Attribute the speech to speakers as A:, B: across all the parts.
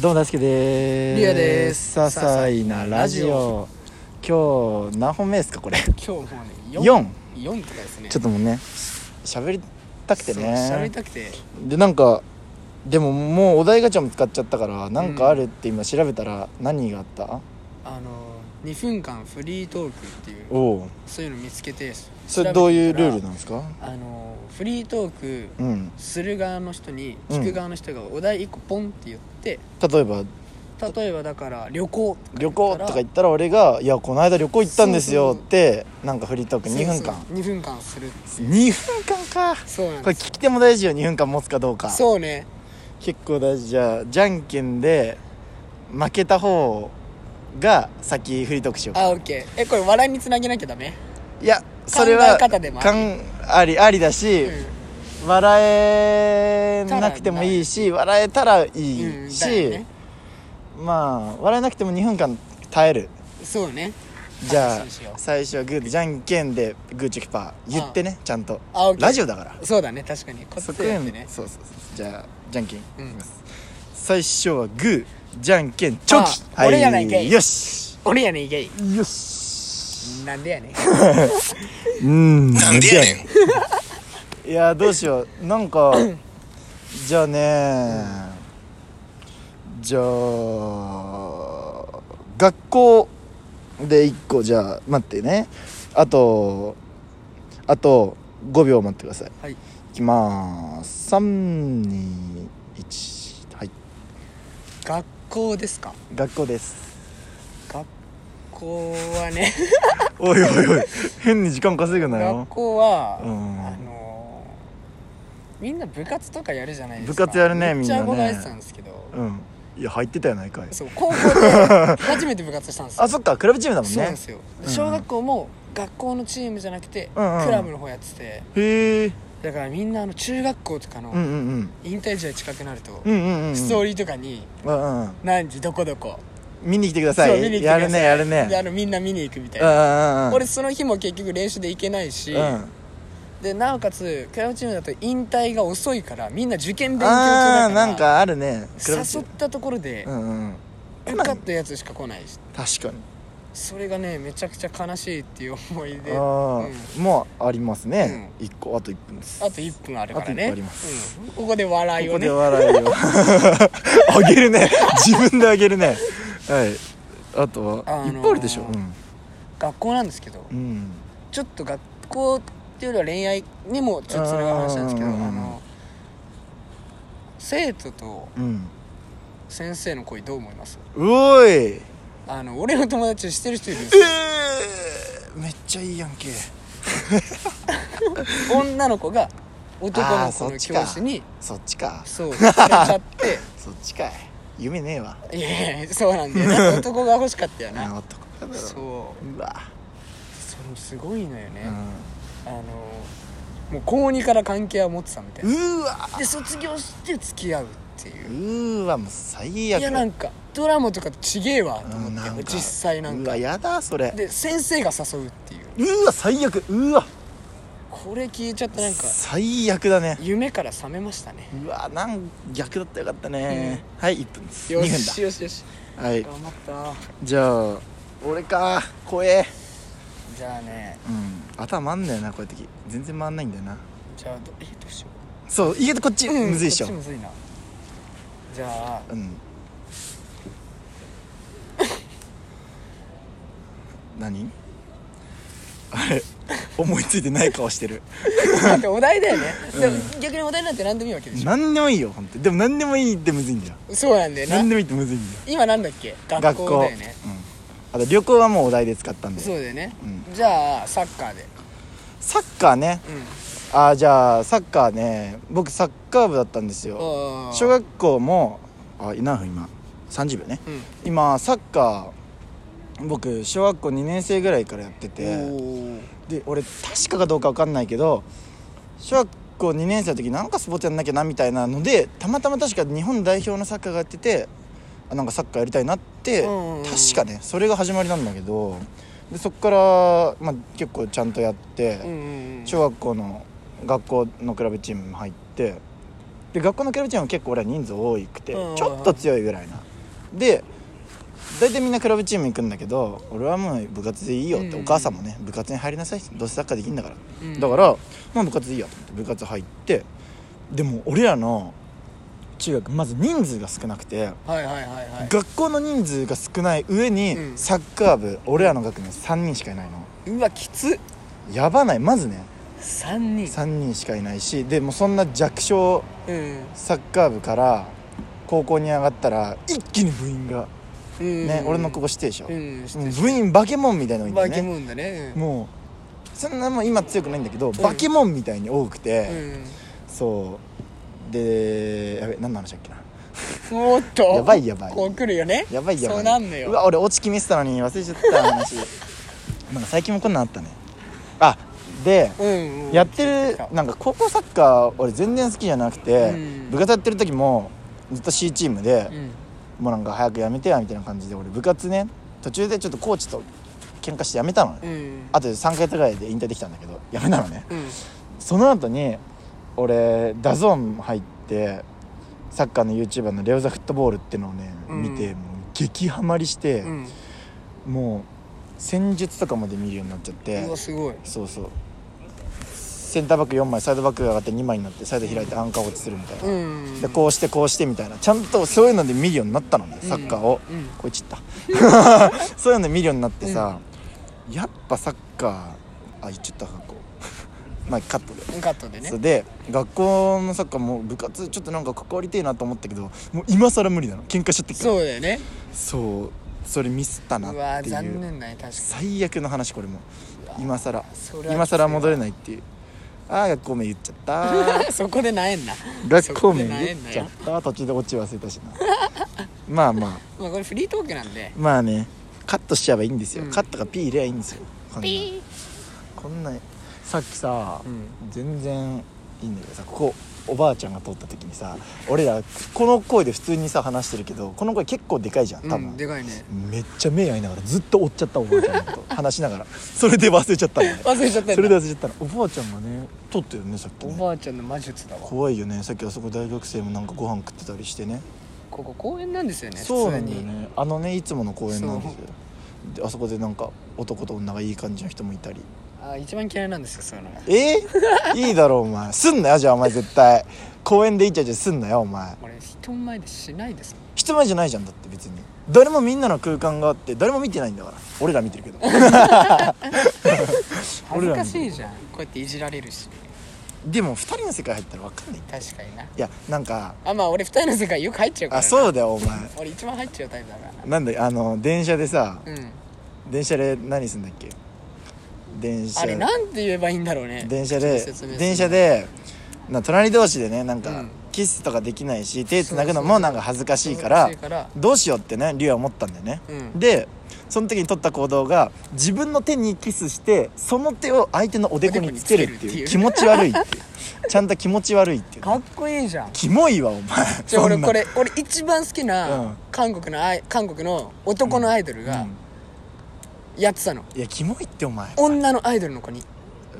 A: どうも大好きでーす
B: リアです
A: 些細なラジオ今日何本目ですかこれ
B: 今日もうね
A: 4
B: 4とかですね
A: ちょっ
B: っ
A: ともうね喋りたくて
B: 喋り
A: ね
B: たくて
A: でなんかでももうお題ガチャも使っちゃったからなんかあるって今調べたら何があった、
B: あの2分間フリートークっていう
A: おお
B: そういうの見つけて
A: それどういう
B: 調べ
A: ルー
B: てたら
A: ルなんですか
B: あのフリートーク
A: うん
B: する側の人に
A: うん
B: 聞く側の人がお題1個ポンって言って
A: 例えば
B: 例えばだから旅行
A: 旅行とか
B: 言
A: 言
B: っ
A: ったら俺が「いやこの間旅行行ったんですよ」ってなんかフリートーク2分間
B: 2分間する
A: 2分間か
B: そうなん
A: これ
B: です
A: 聞き手も大事よ2分間持つかどうか
B: そうね
A: 結構大事じゃあじゃんけんで負けた方が先フリートークしようか
B: あオッケーえこれ笑いにつなげなきゃダメ
A: いやそれは
B: 考え方でもあり
A: かんありありだし、
B: う
A: 笑えなくてもいいし笑えたらい
B: んう
A: い
B: ん
A: し、
B: だよね
A: まあ笑えなくても2分間耐える
B: そうね
A: じゃ
B: はいそうしよ
A: あ
B: う
A: 最初はグーでじゃんけんでグーチョキパー言ってねちゃんと
B: あオッケー
A: ラジオだから
B: そうだね確かにこ
A: そ
B: っ
A: こ
B: ち
A: へ
B: やっ
A: ん
B: てね
A: そうそうそうじゃあじゃんけんい
B: うん
A: きます、最初はグーじゃんけんチョキ
B: あ俺やないかい
A: よし
B: 俺やねんゲイ
A: よし
B: なんで やねん
A: うん
C: なんでやね
A: んいやどうしようなんかじゃあねじゃあ学校で1個じゃあ待ってねあとあと5秒待ってください
B: はい
A: いきまーす321はい
B: 学校ですか
A: 学校です
B: 学校はね
A: おいおいおい変に時間稼ぐなよ
B: 学校は、
A: うん
B: あのーみんな部活とかやるじゃないですか
A: 部活やるね
B: めっちゃ
A: みんなね
B: 憧れてたんですけど、
A: うんいや入ってたやないかい
B: そう高校で初めて部活したんです よ
A: あそっかクラブチームだもん
B: そうなん
A: ね
B: ですよ、で
A: うん
B: 小学校も学校のチームじゃなくて、
A: うんうん
B: クラブの方やってて
A: へえ
B: だからみんなあの中学校とか
A: うん
B: の
A: うんうん
B: 引退試合近くなると、
A: うんうんうんうん
B: ストーリーとかに
A: うんうん
B: 何時どこどこ
A: 見に来てくださ
B: そう見に
A: い
B: 来てくだ
A: や
B: さい
A: るねやる
B: で
A: ね
B: あのみんな見に行くみたい
A: うんう
B: な、
A: んうん
B: 俺その日も結局練習で行けないし、
A: うん
B: でなおかつクラブチームだと引退が遅いからみんな受験勉強中
A: あ
B: だ
A: ー
B: から
A: なんかあるねクラブチ
B: 誘
A: ー
B: っ
A: ム
B: たところで
A: うんうん
B: 受かったやつしか来ないし
A: 確かに
B: それがねめちゃくちゃ悲しいっていう思い
A: あ
B: であ
A: ーもうありますね一個あと1分です
B: と1分あるから
A: あと一
B: ね
A: 分あります
B: うんここで笑い
A: こ
B: を
A: こ
B: ね
A: で笑いを あげるね自分であげるねはいあとは、
B: あのー
A: いっぱいあるでしょうん、
B: 学校なんですけど
A: うん、
B: ちょっと学校っていうよりは恋愛にもちょっとつながる話なんですけど
A: うんうんうん
B: あの生徒と
A: うん、
B: 先生の恋どう思います
A: うおいえ
B: あの俺の友達してる人いるんですよ
A: ー、めっちゃいいやんけ
B: 女の子が男
A: あー
B: の
A: そ
B: 子
A: っ
B: の
A: ちか
B: 教師に
A: そっちか
B: そうされちゃって
A: そっちかい夢ねえわ
B: いやいやそうなんだよな男が欲しかったよな
A: あ男かだろう
B: そう
A: わ、
B: それもすごいのよ
A: う
B: ね、あ
A: ん、
B: のもう高2から関係は持ってたみたいな
A: うわ
B: で卒業して付き合うっていうう
A: ーわもう最悪
B: いやなんかドラマとかとちげえわと思
A: うん
B: っ
A: なん
B: て
A: か
B: 実際なん
A: う
B: か
A: わやだそれ
B: で先生が誘うっていう
A: うわ最悪うわ
B: これ聞いちゃってなんか
A: 最悪だね
B: 夢から覚めましたね
A: うわなん逆だったらよかったね、はい1分です2
B: よ
A: 分
B: しよしよし
A: だはい
B: 頑張った
A: じゃあ俺か怖え
B: じゃあね
A: うん頭あんだよなこういう時全然回んないんだよな
B: じゃあどえどうしよう
A: そう意外とこっち、むずいっしょ
B: こっちむずいなじゃあ
A: うん何あれ思いついてない顔してる
B: だってお題だよね、でも逆にお題なんて何でもいいわけでし
A: 何でもいいよ本当にでも何でもいいってむずいんだよ
B: ょそうなんだよな
A: 何でもいいってむずいんだよ
B: 今なんだっけ学校だよね
A: うん、あと旅行はもうお題で使ったんで
B: そうだよね、
A: う
B: じゃあサッカーで
A: サッカーね
B: うん
A: あーじゃあサッカーね僕サッカー部だったんですよ
B: あー
A: 小学校もあ何分今30秒ね
B: うん
A: 今サッカー僕小学校2年生ぐらいからやってて
B: お
A: で俺確かかどうか分かんないけど小学校2年生の時なんかスポーツやんなきゃなみたいなのでたまたま確か日本代表のサッカーがやっててあなんかサッカーやりたいなって
B: うんうんうん
A: 確かねそれが始まりなんだけどでそっから、まあ、結構ちゃんとやって。
B: ーうんうんうん
A: 小学校の学校のクラブチームも入ってで学校のクラブチームは結構俺は人数多くて
B: うん
A: ちょっと強いぐらいなで大体みんなクラブチーム行くんだけど俺はもう部活でいいよって、
B: うん
A: お母さんもね部活に入りなさいどうせサッカーできんだから、
B: うん
A: だからまあ部活でいいやと思って部活入ってでも俺らの中学まず人数が少なくて、
B: はいはいはいはい
A: 学校の人数が少ない上に、
B: うん
A: サッカー部俺らの学年3人しかいないの
B: うわきつ
A: やばないまずね
B: 3人
A: 3人しかいないしでもうそんな弱小
B: うん
A: サッカー部から高校に上がったら一気に部員が
B: うん
A: ね、俺のここしてでしょ、
B: うん知って
A: も
B: る
A: う部員バケモンみたいなのい
B: バ
A: てね
B: ケモンだねうん
A: もうそんなもう今強くないんだけど、バケモンみたいに多くて、そうでやべ何の話だっけな
B: うんおっと
A: やばいやばい
B: こう来るよね
A: やばいやばい
B: そうなんだよ
A: うわ俺落ち決めてたのに忘れちゃった 話なんか最近もこんなんあったねあで
B: うんうん
A: やってるなんか高校サッカー俺全然好きじゃなくて、
B: うん
A: 部活やってる時もずっと C チームで
B: う、ん
A: もうなんか早くやめてやみたいな感じで俺部活ね途中でちょっとコーチと喧嘩してやめたのね、
B: うん
A: あと3ヶ月ぐらいで引退できたんだけどやめたのね
B: うん
A: その後に俺ダゾーン入ってサッカーの YouTuber の「レオザフットボール」っていうのをね
B: うん
A: 見て、もう激ハマりして、
B: うん
A: もう戦術とかまで見るようになっちゃって
B: うわすごい
A: そうそうセンターバック4枚サイドバックが上がって2枚になってサイド開いてアンカー落ちするみたいな、
B: うん
A: でこうしてこうしてみたいなちゃんとそういうので見るようになったのねサッカーを、
B: うん
A: こいちった そういうので見るようになってさ、やっぱサッカーあ言っちゃった学校 まあカットで、
B: カットでね
A: そうで学校のサッカーも部活ちょっとなんか関わりてえなと思ったけどもう今更無理なの喧嘩しちゃってっから
B: そうだよね
A: そうそれミスった
B: う
A: な
B: わ
A: ってい
B: 残
A: う
B: 念だね確か
A: 最悪の話これも今更
B: それは
A: 今更戻れないっていうああ学校名言っちゃ った
B: にそこでなえんな
A: 学校名
B: そこで
A: 言っ
B: 悩ん
A: ち
B: だ
A: ゃっ
B: よ
A: た途中で落ち忘れたしな まあまあ
B: まあこれフリートークなんで
A: まあねカットしちゃえばいいんですよ、
B: うん
A: カットがピー入れゃいいんですよこんなこんなさっきさ、
B: うん
A: 全然いいんだけどさここおばあちゃんが通った時にさ俺らこの声で普通にさ話してるけどこの声結構でかいじゃん多
B: う
A: 分、
B: んでかいね
A: めっちゃ目合いながらずっと追っちゃったおばあちゃんと話しな がらそれで忘れちゃったのね
B: 忘れちゃった
A: それ
B: ん
A: で
B: だ
A: 忘れちゃったのおばあちゃんがね撮ってるねさっき
B: お
A: ね
B: ばあちゃんの魔術だわ
A: 怖いよねさっきあそこ大学生もなんかご飯食ってたりしてね
B: ここ公園なんですよね
A: そうなんだよ
B: 普通に
A: ねあのねいつもの公園なんですよであそこでなんか男と女がいい感じの人もいたり
B: あ一番嫌いなんですよそういうのが
A: え ーいいだろお前すんなよじゃあお前絶対公園でイチャイチャすんなよお前
B: 俺人前でしないですもん
A: 人前じゃないじゃんだって別に誰もみんなの空間があって誰も見てないんだから俺ら見てるけ ど
B: 恥ずかしいじゃんこうやっていじられるし
A: でも2人の世界入ったら分かんないって
B: 確かにない
A: やなんか
B: あまあ俺二人の世界よく入っちゃうから
A: あそううだよお前
B: 俺一番入っちゃうタイプだからな
A: なんだあの電車でさ
B: うん
A: 電車で何すんだっけ電車
B: あれなんて言えばいいんだろうね
A: 電車
B: ちょ
A: で
B: っと説明する
A: 電車でな隣同士でねなん
B: う
A: か
B: ん
A: キスとかできないし手つなぐの
B: そうそうそ
A: も
B: う
A: なんか恥ずかしいか
B: 恥
A: ら
B: ずから
A: どうしようってねリュウは思ったんだよね
B: うん
A: でその時に取った行動が自分の手にキスしてその手を相手のおでこにつけるって
B: おでこ
A: いう
B: につ
A: 気
B: ける
A: 持ち悪いっていうちゃんと気持ち悪いっていう
B: かっこいいじゃん
A: キモいわお前
B: じゃあ
A: そんな
B: 俺これ俺一番好き
A: う
B: なん韓国のアイ韓国の男のアイドル
A: う
B: が
A: ん
B: やってたの
A: いやキモいってお前
B: 女のアイドルの子に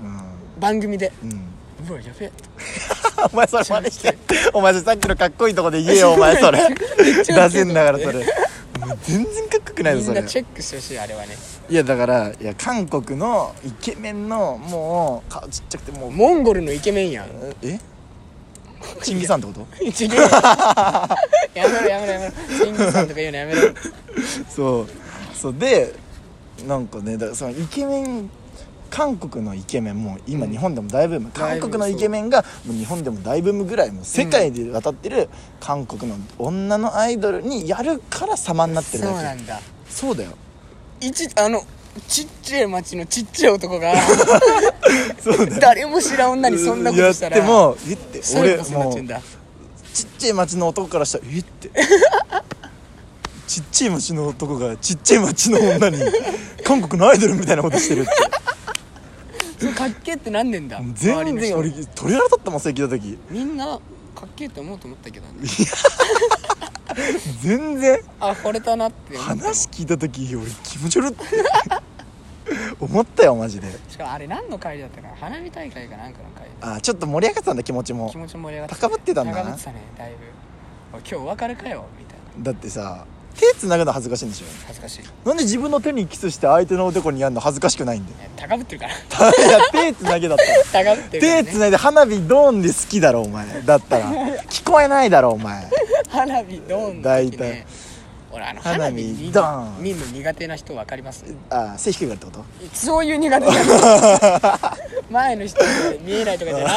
A: うん
B: 番組で
A: うん
B: うわやべえ
A: お前それ真似してお前それさっきのかっこいいとこで言えよお前 それ
B: めっちゃ
A: 出せんだからそれもう全然かっこよくないぞ
B: み
A: そ
B: ん
A: れ
B: なチェックしてほしいあれはね
A: いやだからいや韓国のイケメンのもう顔ちっちゃくてもう
B: モンゴルのイケメンやん
A: えチンギさんってこと
B: 一芸やめろやめろやめろチンギさんとか言うのやめろ
A: そうそうでなんかねだからそのイケメン韓国のイケメンもう今
B: うん
A: 日本でも大ブーム、
B: だ
A: 韓
B: いぶ
A: 国のイケメンがもう日本でも大ブームぐらいもう世界で渡ってる韓国の女のアイドルにやるから様になってる
B: そうな
A: だけ
B: んだ
A: そうだよ
B: 一あのちっちゃい町のちっちゃい 男が
A: そうだよ
B: 誰も知らん女にそんなことしたら
A: やってもえって
B: サイ
A: 俺
B: コパスになっ
A: も
B: ちゃう
A: うん
B: だ
A: ちっちゃい町の男からしたら「えっ?」てちっちゃい町の男がちっちゃい町の女に韓国のアイドルみたいなことしてるって
B: それかっけえってなんねんだ周り
A: 全
B: の人
A: 然俺鳥肌立ったもんそれ聞いた時
B: みんなかっけえって思うと思ったけどね
A: 全然
B: あ惚れたなって思ったもん
A: 話聞いた時俺気持ち悪って 思ったよマジで
B: しかもあれ何の会だったかな花火大会かなんかの会
A: あちょっと盛り上がってたんだ気持ちも
B: 気持ち盛り上がって
A: 高ぶってたんだな
B: 高ぶってたねだいぶおい今日お別れかよみたいな
A: だってさ手つなぐの恥ずかしいんでしょ
B: 恥ずかしいい
A: なんで自分の手にキスして相手のおでこにやるの恥ずかしくないんだよ
B: や高ぶってるから
A: い や手つなげだったら
B: 高ぶってるから、
A: 手
B: ね、
A: つないで花火ドーンで好きだろお前だったら聞こえないだろお前
B: 花火ドンの
A: 大
B: 時、ね、
A: 体
B: 俺あの
A: 花火
B: 花火見
A: ドーン
B: 見るの苦手な人分かります
A: ああ背低くなるってこと
B: そういう苦手な人 前の人見えないとかじゃない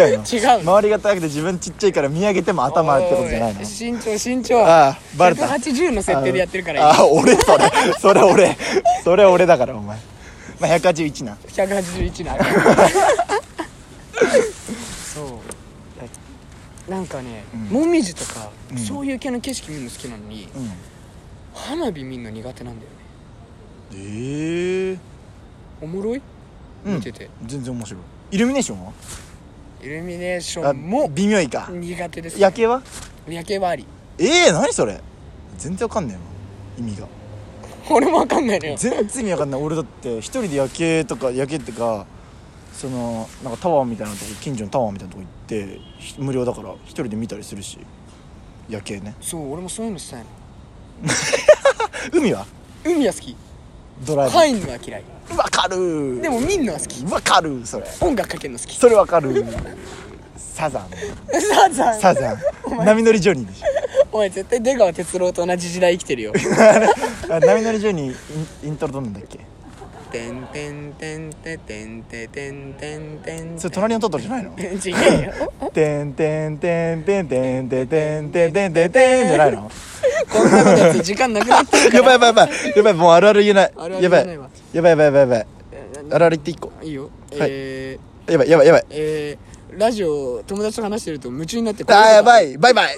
A: あ違うの
B: 違うの
A: 周りが高くて自分ちっちゃいから見上げても頭ってことじゃないの
B: お身長身長
A: ああバレた
B: 180の設定でやってるから
A: ああ俺それそれ俺それ俺だからお前まあ181な
B: 181なそうなんかね、
A: うん
B: もみじとか、
A: うん
B: そういう系の景色見るの好きなのに、
A: うん
B: 花火見るの苦手なんだよね
A: ええ
B: おもろい
A: うん
B: 見てて、
A: 全然面白いイルミネーションは
B: イルミネーショ
A: あ
B: ンも
A: 微妙いか
B: 苦手です、ね、
A: 夜景は
B: 夜景はあり
A: ええ何それ全然わかんねえな意味が
B: 俺もわかんないのよ
A: 全然意味わかんない俺だって一人で夜景とか夜景ってかそのなんかタワーみたいなとこ近所のタワーみたいなとこ行ってひ無料だから一人で見たりするし夜景ね
B: そう俺もそういうのしたいの
A: 海は
B: 海は好き
A: ドライブ、
B: 入んのは嫌い
A: わかるー
B: でも見んのは好き
A: わかるーそれ
B: 音楽かけるの好き
A: それわかるーサザン
B: サザン
A: サザン波乗りジョニーでし
B: お前絶対出川哲朗と同じ時代生きてるよ
A: ょあ波乗りジョニーインイントロどんなんだっけ
B: てんてんてんててんててんてんてん
A: それ隣のトトロじゃないの
B: 違うよ
A: てんてんてんてんてんてんてんてんてんてんてんじゃないの
B: こんなことやつ時間なくなってるか
A: や
B: ら
A: ばいやばいやばいやばいもうあるある言えない
B: あるある
A: やばい
B: 言えないわ
A: やばいやばいやばいやばいあるある言って一個
B: いいよ
A: はい
B: えー
A: やばいやばいやばい
B: えーラジオ友達と話してると夢中になって
A: あーやばいバイバイ